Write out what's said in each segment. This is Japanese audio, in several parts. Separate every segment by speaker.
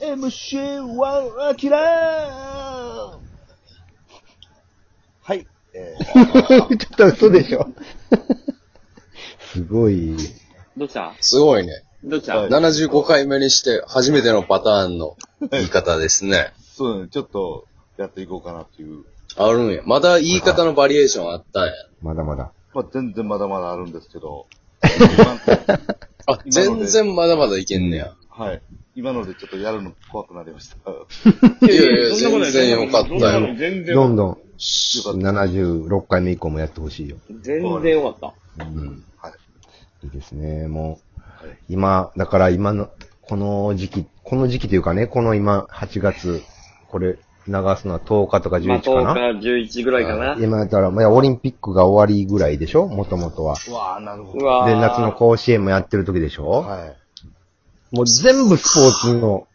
Speaker 1: 4MC1 アキラーはい、えー、
Speaker 2: ちょっと嘘でしょすごい。
Speaker 3: どうした
Speaker 4: すごいね。
Speaker 3: どうした、
Speaker 1: はい
Speaker 4: 75回目にして初めてのパターンの言い方ですね。
Speaker 1: そうね、ちょっとやっていこうかなっていう。
Speaker 4: あるんや。まだ言い方のバリエーションあったんや。
Speaker 2: まだまだ。
Speaker 1: まあ、全然まだまだあるんですけど、今
Speaker 4: あ、全然まだまだいけんねや。
Speaker 1: はい、今のでちょっとやるの怖くなりました。
Speaker 4: いやいや、全然よかった
Speaker 3: そんなこと
Speaker 4: よ。
Speaker 3: ない全然
Speaker 2: どんどん
Speaker 1: かった
Speaker 2: 76回目以降もやってほしいよ。
Speaker 3: 全然よかっ
Speaker 2: うん。
Speaker 1: はい
Speaker 2: いいですね。も
Speaker 1: は
Speaker 2: う
Speaker 1: い、
Speaker 2: 今、だから今の、この時期、この時期というかね、この今、8月、これ、流すのは10日とか
Speaker 3: た。まあ、
Speaker 2: 11かな。
Speaker 3: 10日、11ぐらいかな。
Speaker 2: 今やったら、まあ、オリンピックが終わりぐらいでしょもともとは。
Speaker 1: うわぁ、なるほ
Speaker 3: う
Speaker 1: ど。
Speaker 3: わー
Speaker 2: で、夏の甲子園もやってる時でしょ、
Speaker 1: はい。
Speaker 2: もう全部スポーツの、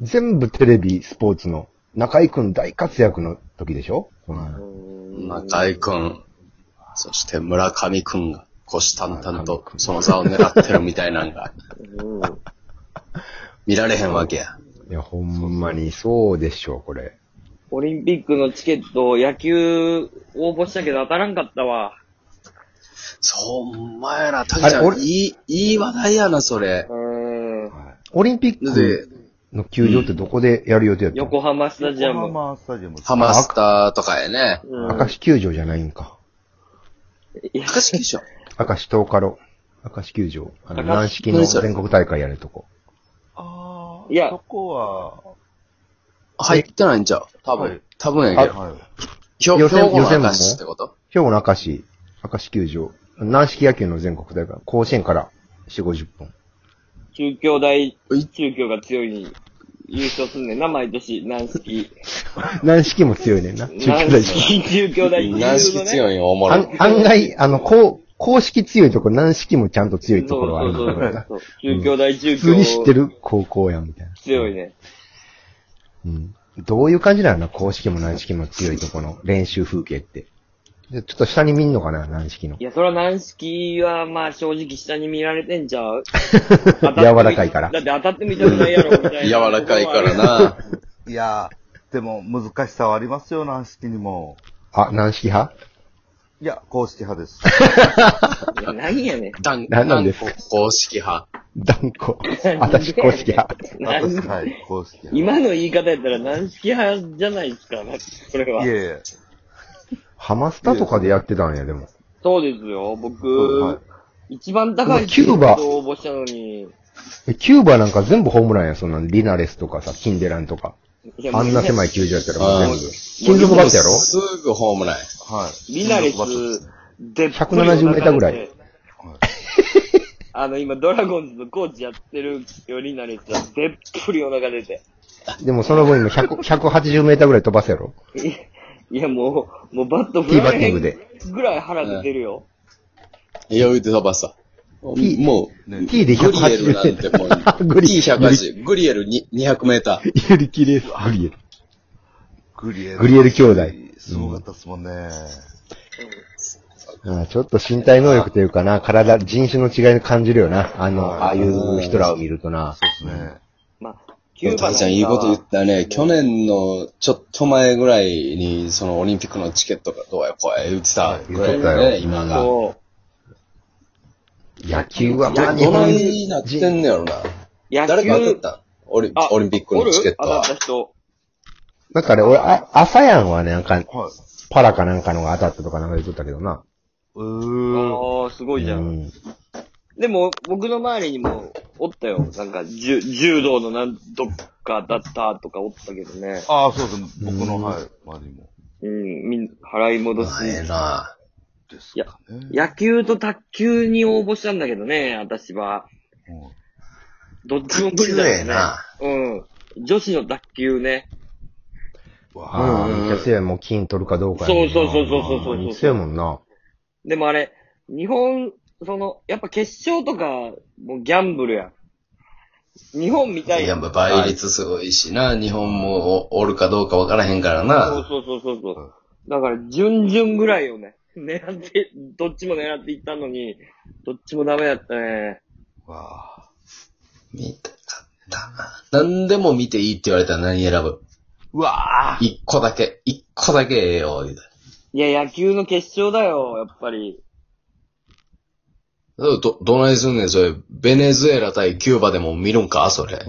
Speaker 2: 全部テレビ、スポーツの、中井くん大活躍の時でしょ、
Speaker 3: うん
Speaker 4: 中井くん、そして村上くんが、腰淡々とその座を狙ってるみたいなんが、
Speaker 3: うん
Speaker 4: 見られへんわけや。
Speaker 2: いや、ほんまにそうでしょこれ。
Speaker 3: オリンピックのチケット、野球応募したけど当たらんかったわ。
Speaker 4: そう、お前ら、たけちゃ
Speaker 2: あれ
Speaker 4: ん、
Speaker 2: 俺
Speaker 4: いい、いい話題やな、それ
Speaker 3: う。ーん。
Speaker 2: オリンピッ
Speaker 4: で
Speaker 2: ク、の球場ってどこでやる予定やったの、
Speaker 3: 横浜スタジア
Speaker 1: 横
Speaker 3: ム。
Speaker 1: 浜スタジアム。
Speaker 4: ハマスターとかやね。
Speaker 3: うん
Speaker 2: 明石球場じゃないんか。
Speaker 3: いや
Speaker 4: 明石でしょ。
Speaker 2: 明石東カロ。明石球場。あの、
Speaker 3: 明石
Speaker 2: 軟式の全国大会やるとこ。
Speaker 1: あ
Speaker 3: いや
Speaker 1: そこは、
Speaker 4: 入ってないんちゃう多
Speaker 1: は
Speaker 4: 分
Speaker 1: い。
Speaker 4: 多分やけど。
Speaker 1: は
Speaker 4: ひょ
Speaker 2: 予
Speaker 4: 兵
Speaker 2: 選
Speaker 4: 庫
Speaker 2: 予選も
Speaker 4: の明石ってこと
Speaker 2: 兵庫の明石、明石球場。軟式野球の全国大会。甲子園から4、50本。
Speaker 3: 中京大、中京が強いに優勝すんねんな、毎年、軟式。
Speaker 2: 軟式も強いねんな。中京
Speaker 3: 軟
Speaker 2: 大地
Speaker 3: 式、中京大、
Speaker 4: 軟式強
Speaker 3: い。
Speaker 4: いんよ、おもろ
Speaker 2: あ
Speaker 4: い。
Speaker 2: ん案外、あの、こう、公式強いとこ、軟式もちゃんと強いところはあ
Speaker 3: そう
Speaker 2: る
Speaker 3: そ
Speaker 2: んだか
Speaker 3: うそう
Speaker 2: ら。
Speaker 3: そう。中京大、中京
Speaker 2: 普通に知ってる高校やん、みたいな。
Speaker 3: 強いね。
Speaker 2: うん。どういう感じなの公式も軟式も強いとこの練習風景って。でちょっと下に見んのかな軟式の
Speaker 3: い。や、それは軟式は、まあ正直下に見られてんちゃう 柔
Speaker 2: 柔らかいから
Speaker 3: だって当たってみたくないやろ、みたい
Speaker 4: 柔
Speaker 3: な。
Speaker 4: らかいから。な。
Speaker 1: い。いやーでも難しさはありますよ、軟式にも。
Speaker 2: あ、軟式派
Speaker 1: いや、公式派です。
Speaker 3: いや、何やねん。
Speaker 4: 断
Speaker 2: 何 なん
Speaker 4: 断
Speaker 2: ですか
Speaker 4: 固公式派。
Speaker 2: 断固。私公式派。
Speaker 3: 軟
Speaker 1: 私、
Speaker 3: 式
Speaker 1: はい、公式派。
Speaker 3: 今の言い方やったら軟式派じゃないですか、これ
Speaker 1: い
Speaker 3: は。
Speaker 1: えいえ。
Speaker 2: ハマスタとかでやってたんや、でも。
Speaker 3: そうですよ、僕、
Speaker 1: はい
Speaker 3: 一番高い
Speaker 2: キューバ
Speaker 3: チケット応募したのに。
Speaker 2: えキューバなんか全部ホームランや、そんなん。リナレスとかさ、キンデランとか。
Speaker 3: いや
Speaker 2: あんな狭い球場やったらもう全
Speaker 4: あ
Speaker 2: 部
Speaker 4: ー。
Speaker 2: 金属バットやろ
Speaker 4: すぐホームラン。
Speaker 1: はい。
Speaker 3: リナレス
Speaker 1: 場所 ですね、
Speaker 3: でっぷりの中で
Speaker 2: 170メーターぐらい。
Speaker 3: あの、今、ドラゴンズのコーチやってるよ、リナレスは。でっぷりお腹出て。
Speaker 2: でもその分今100 180メーターぐらい飛ばすやろ
Speaker 3: いや、もう、もうバット
Speaker 2: ティーバッティングで。
Speaker 3: ぐらい腹出てるよ。
Speaker 4: 余裕で飛ばさ。もう、
Speaker 2: T
Speaker 4: グ
Speaker 2: T で
Speaker 4: リエル
Speaker 2: 180
Speaker 4: な
Speaker 2: メ
Speaker 4: ん
Speaker 2: ー
Speaker 4: て
Speaker 2: タ
Speaker 4: もう、
Speaker 2: ー。グリ
Speaker 4: T180、グリエルに200メーター。
Speaker 2: ユリキレース。グリエル
Speaker 1: グリエル。
Speaker 2: グリエル兄弟
Speaker 1: すごかったですもんね。
Speaker 2: ああちょっと身体能力というかな、体、人種の違いを感じるよな。あの、ああいう人らを見るとな。
Speaker 1: そうですね。
Speaker 3: まあ、キュ
Speaker 4: でも
Speaker 3: ーバ
Speaker 4: た
Speaker 3: なんか
Speaker 4: けちゃんいいこと言ったね。去年のちょっと前ぐらいに、そのオリンピックのチケットがどうやこうや言ってたぐら
Speaker 2: 言っとっ
Speaker 4: いだよ
Speaker 2: た
Speaker 4: ね、
Speaker 2: よ
Speaker 4: 今が。ど
Speaker 3: そ
Speaker 2: 野球はまあ日
Speaker 4: ど
Speaker 2: 本
Speaker 4: ない
Speaker 2: 人。
Speaker 4: になってんねやろな。
Speaker 3: う。野球
Speaker 4: 誰か当たったんオリ
Speaker 3: あ
Speaker 4: オリンピックのチケット
Speaker 3: ゴル
Speaker 4: は
Speaker 3: フ当。たった人。
Speaker 2: だから俺、あ朝やんはね、なんか、
Speaker 1: はい。
Speaker 2: パラかなんかのが当たったとかなんか言っとったけどな。
Speaker 1: うーん。
Speaker 3: ああ、すごいじゃ。
Speaker 2: うんん
Speaker 3: でも、僕の周りにもおったよ。なんか、柔柔道のなんとかだったとかおったけどね。
Speaker 1: ああ、そうですね。僕
Speaker 2: う
Speaker 1: の、
Speaker 2: ん
Speaker 1: はい、周りも。
Speaker 3: うん、みん、払い戻
Speaker 4: まあええ
Speaker 3: し。
Speaker 4: な
Speaker 1: ですかね。
Speaker 3: 野球と卓球に応募したんだけどね、私は。
Speaker 1: うん
Speaker 3: どっちも無理だよね。うん。女子の卓球ね。
Speaker 1: うわ
Speaker 2: ああ、めっちゃ強い。もう金取るかどうかやもんな
Speaker 3: そうそうそうそうそうそう
Speaker 2: めっちゃ強いもんな。
Speaker 3: でもあれ、日本、その、やっぱ決勝とか、もうギャンブルやん。日本みたい
Speaker 4: やっぱ倍率すごいしな、日本もおおるかどうかわからへんから
Speaker 3: そう
Speaker 4: な。
Speaker 3: そうそうそうそう。だから、準々ぐらいをね、狙って、どっちも狙っていったのに、どっちもダメだったね。
Speaker 1: あ。わあ。
Speaker 4: 見たかった何でも見ていいって言われたら何選ぶ
Speaker 1: うわぁ。
Speaker 4: 一個だけ、一個だけええよ、みたい
Speaker 3: いや、野球の決勝だよ、やっぱり。
Speaker 4: な。ど、どないすんねん、それ。ベネズエラ対キューバでも見るんかそれ。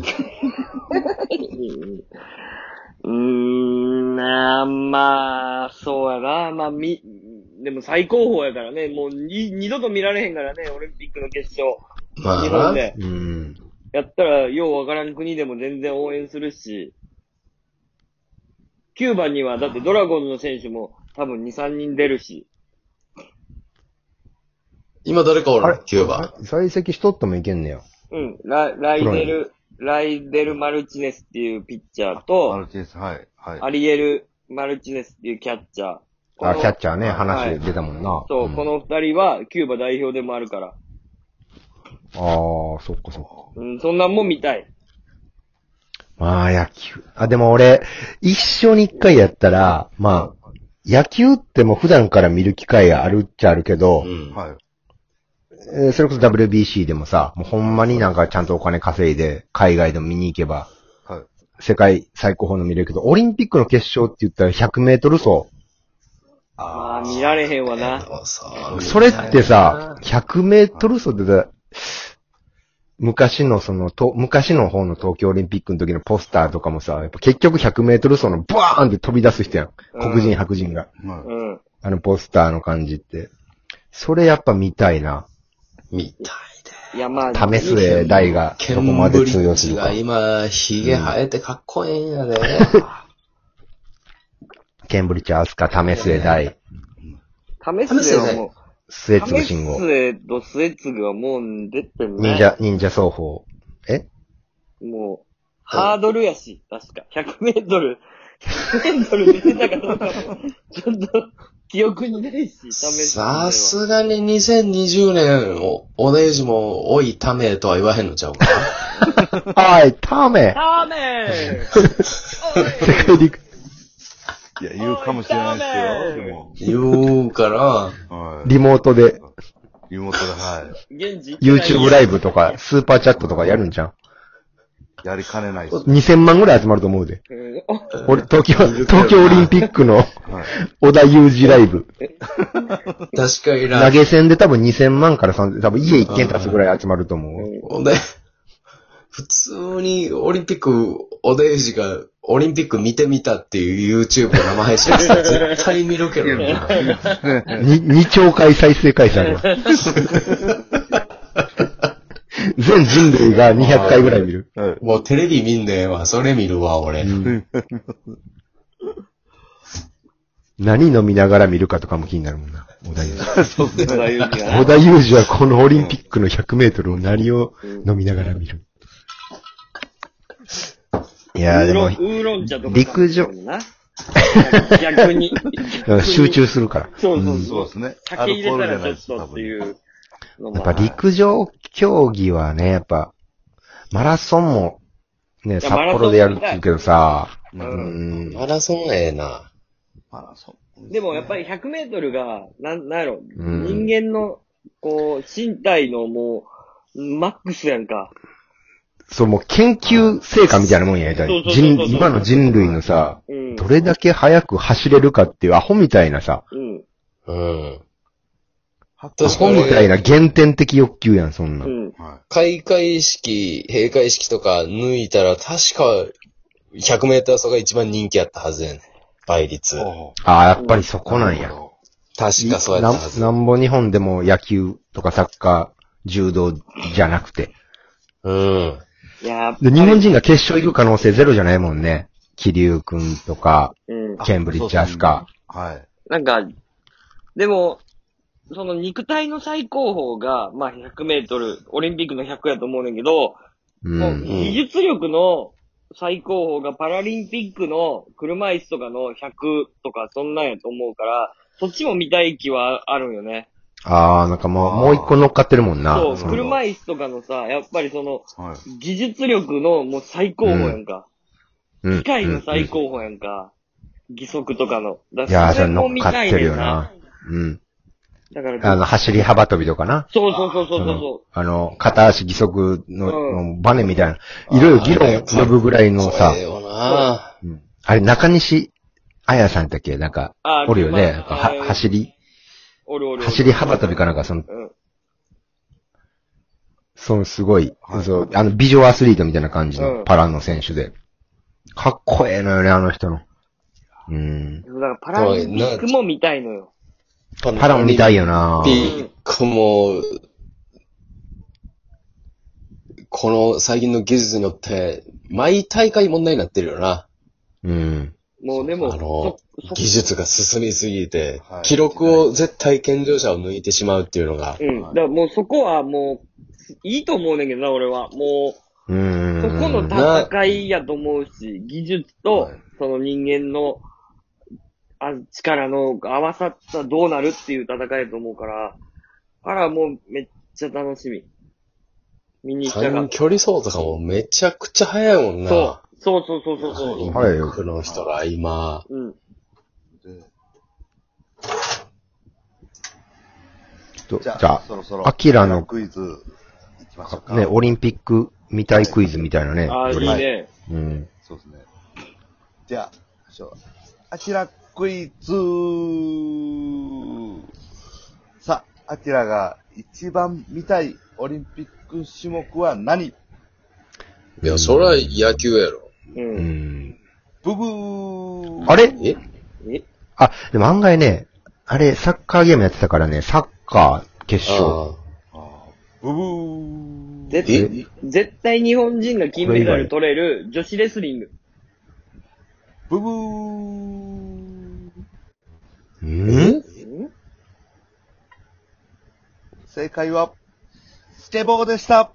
Speaker 3: うーん、あーまあ、そうやな。まあ、み、でも最高峰やからね。もうに、二度と見られへんからね、オリンピックの決勝。
Speaker 4: ま
Speaker 3: 日本
Speaker 4: あな、
Speaker 3: で。
Speaker 2: うん。
Speaker 3: やったら、ようわからん国でも全然応援するし。キューバには、だってドラゴンズの選手も多分2、3人出るし。
Speaker 4: 今誰かお
Speaker 2: あ
Speaker 4: ら
Speaker 2: れ
Speaker 4: ん、キューバ。
Speaker 2: 在籍しとってもいけんねや。
Speaker 3: うん、ラライデ
Speaker 2: プロ
Speaker 3: ル、ライデル・マルチネスっていうピッチャーと、
Speaker 1: マルチネス、はい。は
Speaker 3: ア
Speaker 1: い。
Speaker 3: リエル・マルチネスっていうキャッチャー。こ
Speaker 2: あ、
Speaker 3: の
Speaker 2: キャッチャーね、話で出たもんな。
Speaker 3: そう、
Speaker 2: ん
Speaker 3: この二人はキューバ代表でもあるから。
Speaker 2: ああ、そっかそっか。
Speaker 3: うん、そんなんも見たい。
Speaker 2: まあ、野球。あ、でも俺、一生に一回やったら、まあ、野球ってもう普段から見る機会あるっちゃあるけど、
Speaker 4: うん。
Speaker 1: はい。
Speaker 2: えーそれこそ WBC でもさ、もうほんまになんかちゃんとお金稼いで、海外でも見に行けば、
Speaker 1: はい。
Speaker 2: 世界最高峰の見れるけど、オリンピックの決勝って言ったら100メートル走。
Speaker 3: まあ、見られへんわな。
Speaker 4: そう
Speaker 2: それってさ、100メートル走ってさ、昔のその、と昔の方の東京オリンピックの時のポスターとかもさ、やっぱ結局100メートル走のバーンって飛び出す人やん。黒人、白人
Speaker 1: は
Speaker 2: が。
Speaker 1: い。
Speaker 3: うん。
Speaker 2: あのポスターの感じって。それやっぱ見たいな。
Speaker 4: 見たいで。
Speaker 3: いや、まあ、
Speaker 2: 為末大が
Speaker 4: ケ
Speaker 2: どこ
Speaker 4: ン
Speaker 2: ま
Speaker 4: ブ
Speaker 2: で
Speaker 4: リ
Speaker 2: 通用
Speaker 4: ッ
Speaker 2: す
Speaker 4: ジ
Speaker 2: るか
Speaker 4: が。今、ヒゲ生えてかっこええんやで。
Speaker 2: ケンブリッジ、アスカ、為末大、
Speaker 3: 為末はも
Speaker 2: 末
Speaker 3: う、
Speaker 2: 次
Speaker 3: 為
Speaker 2: 信号、
Speaker 3: 末と末次はもう出てな
Speaker 2: 忍
Speaker 3: い。
Speaker 2: 者、忍者双方。え
Speaker 3: もう、ハードルやし、確か。100メートル、100メートル出てたかどうかも、ちょっと、記憶にないし、為末は
Speaker 4: さすがに2020年、お、おデージも、おい、ためとは言わへんのちゃうか。
Speaker 2: はい、ため
Speaker 3: ダメ
Speaker 2: 世界陸
Speaker 1: いや、言うかもしれないですよ。でも、
Speaker 4: 言うから、
Speaker 1: はい。
Speaker 2: リモートで、
Speaker 1: リモートで、は
Speaker 3: 現地行けない
Speaker 2: YouTube ライブとか、スーパーチャットとかやるんじゃん
Speaker 1: い。やりかねないです。
Speaker 2: ?2000 万ぐらい集まると思うで。
Speaker 3: うんお
Speaker 2: 俺、東京、東京オリンピック の
Speaker 1: はい。
Speaker 2: 小田裕二ライブ。
Speaker 4: 確かに
Speaker 2: 投
Speaker 4: な、
Speaker 2: げ銭で多分2000万から3000、多分家一軒建つぐらい集まると思う。
Speaker 4: ほんで、普通にオリンピック、おデージが、オリンピック見てみたっていう YouTube 生配 信したら絶対見るけどな。
Speaker 2: に2兆回再生回数あ るわ。全人類が200回ぐらい見る。
Speaker 1: はい。
Speaker 4: もうテレビ見んねえわ、それ見るわ、俺。
Speaker 2: 何飲みながら見るかとかも気になるもんな。小田裕二。
Speaker 1: そうですね。
Speaker 3: 大丈夫
Speaker 2: 小田裕二はこのオリンピックの100メートルを何を飲みながら見る。いやーでも
Speaker 3: ウ、ーロンウーロン茶とか。
Speaker 2: 陸上
Speaker 3: な。逆に。逆 に
Speaker 2: 集。中するから。
Speaker 3: そうそう
Speaker 1: そ
Speaker 3: そうう
Speaker 1: で。すね。
Speaker 3: 酒入れたらちょっ
Speaker 1: 多
Speaker 3: とって
Speaker 1: 分。
Speaker 3: いうの
Speaker 2: やっ
Speaker 3: も
Speaker 2: ぱ
Speaker 3: ある。
Speaker 2: 陸上競技はね、やっぱ、マラソンも、ね、札幌でやるって言うけどさ、
Speaker 1: う。
Speaker 2: うんん。
Speaker 4: マラソンええな。
Speaker 1: マラソン。
Speaker 3: でもやっぱり100メートルが、なん、なんやろ、
Speaker 2: うん
Speaker 3: 人間の、こう、身体のもう、マックスやんか。
Speaker 2: そう、もう研究成果みたいなもんや、だ
Speaker 3: そうそうそうそう
Speaker 2: 人今の人類のさ、
Speaker 3: うん。
Speaker 2: どれだけ早く走れるかっていうアホみたいなさ、
Speaker 3: うん。
Speaker 4: うん。
Speaker 2: ア
Speaker 4: 確か
Speaker 2: ホ
Speaker 4: に
Speaker 2: みたいな原点的欲求やん、そんな。
Speaker 3: うんん。
Speaker 1: は
Speaker 4: 開会式、閉会式とか抜いたら、確か、100メーター走が一番人気やったはずやねん。倍率
Speaker 1: い。。おー
Speaker 2: ああ、やっぱりそこなんや。
Speaker 4: 確かそうや
Speaker 2: な
Speaker 4: ったはず。
Speaker 2: なんぼ日本でも野球とかサッカー、柔道じゃなくて。
Speaker 4: うん。
Speaker 3: いやー
Speaker 2: で、日本人が決勝行く可能性ゼロじゃないもんね。桐生くんとか、
Speaker 3: うん。
Speaker 2: ケンブリッジアスカ。
Speaker 1: はい。
Speaker 3: なんか、でも、その肉体の最高峰が、まあ100メートル、オリンピックの100やと思うねんけど、
Speaker 2: う。
Speaker 3: もうん技術力の最高峰がパラリンピックの車椅子とかの100とかそんなんやと思うから、そっちも見たい気はあるんよね。
Speaker 2: ああ、なんかもう、
Speaker 1: あー
Speaker 2: もう一個乗っかってるもんな。
Speaker 3: そう、
Speaker 2: その
Speaker 3: 車椅子とかのさ、やっぱりその、
Speaker 1: はい。
Speaker 3: 技術力のもう最高峰やんか。
Speaker 2: うん
Speaker 3: 機械の最高峰やんか。義足とかの。だ
Speaker 2: いやー、それ乗
Speaker 3: も
Speaker 2: っかってるよな。うん。
Speaker 3: だから、
Speaker 2: あの、走り幅跳びとかな。
Speaker 3: そうそうそうそうそ
Speaker 2: あの、片足義足の、
Speaker 3: うん
Speaker 2: のバネみたいな。いろいろ議論呼ぶぐらいのさ
Speaker 4: 怖え、よな
Speaker 2: うんあれ、中西彩さんだっけなんか、
Speaker 3: う。あ
Speaker 2: おるよね。なんか
Speaker 3: は
Speaker 2: は走り、
Speaker 3: おるおるおる。
Speaker 2: 走り幅跳びかなんか、その、
Speaker 3: うん。
Speaker 2: そのすごい、
Speaker 1: はい
Speaker 2: そう、あの、美女アスリートみたいな感じ
Speaker 3: うん
Speaker 2: のパラの選手で。かっこええのよね、あの人の。うん。
Speaker 3: でもだからパラリンピックも見たいのよ。
Speaker 2: パラも見たいよな
Speaker 4: ピークも、この最近の技術によって、毎大会問題になってるよな。
Speaker 2: うん。
Speaker 3: もうでも、
Speaker 4: あの
Speaker 3: そ、そ
Speaker 4: 技術が進みすぎて
Speaker 1: はい、
Speaker 4: 記録を絶対健常者を抜いてしまうっていうのが
Speaker 3: う、ん。だからもうそこはもう、いいと思うねんけどな、俺は。も
Speaker 2: う
Speaker 3: う、
Speaker 2: ん。
Speaker 3: そこの
Speaker 4: な
Speaker 3: 戦いやと思うし、技術と
Speaker 1: は、
Speaker 3: その人間の、あ力の合わさったらどうなるっていう戦いだと思うから、あら、もうめっちゃ楽しみ。見に行きたかっ
Speaker 4: 短距離走とかもめちゃくちゃ速いもん
Speaker 3: た。
Speaker 4: な。
Speaker 3: そう。そうそうそうそうそう。
Speaker 2: はい
Speaker 4: オリンピックの人が今、
Speaker 3: うん。
Speaker 2: とじ
Speaker 1: じ
Speaker 2: ゃ
Speaker 1: ゃ
Speaker 2: あ
Speaker 1: あ、、そろそろ。
Speaker 2: アキラの
Speaker 1: クイズ、いきましょうか。
Speaker 2: ね、オリンピックみたいクイズみたいなね。
Speaker 3: ああ、い
Speaker 2: ど
Speaker 3: い
Speaker 2: れ
Speaker 3: ね。
Speaker 2: うん。
Speaker 1: そうですね。じゃあ、しょアキラクイズさあ、アキラが一番見たいオリンピック種目は何
Speaker 4: いや、そら野球やろ。
Speaker 2: う
Speaker 3: う。
Speaker 2: んん。
Speaker 1: ブブー
Speaker 2: あれ
Speaker 4: え
Speaker 3: え
Speaker 2: あ、でも案外ね、あれ、サッカーゲームやってたからね、サッカー決勝。
Speaker 4: あ
Speaker 1: あーブブー
Speaker 4: あ
Speaker 3: 絶
Speaker 4: え
Speaker 3: 絶対日本人が金メダル取れる女子レスリング。
Speaker 1: ブブー
Speaker 2: うん
Speaker 3: ん
Speaker 1: 正解は、スケボーでした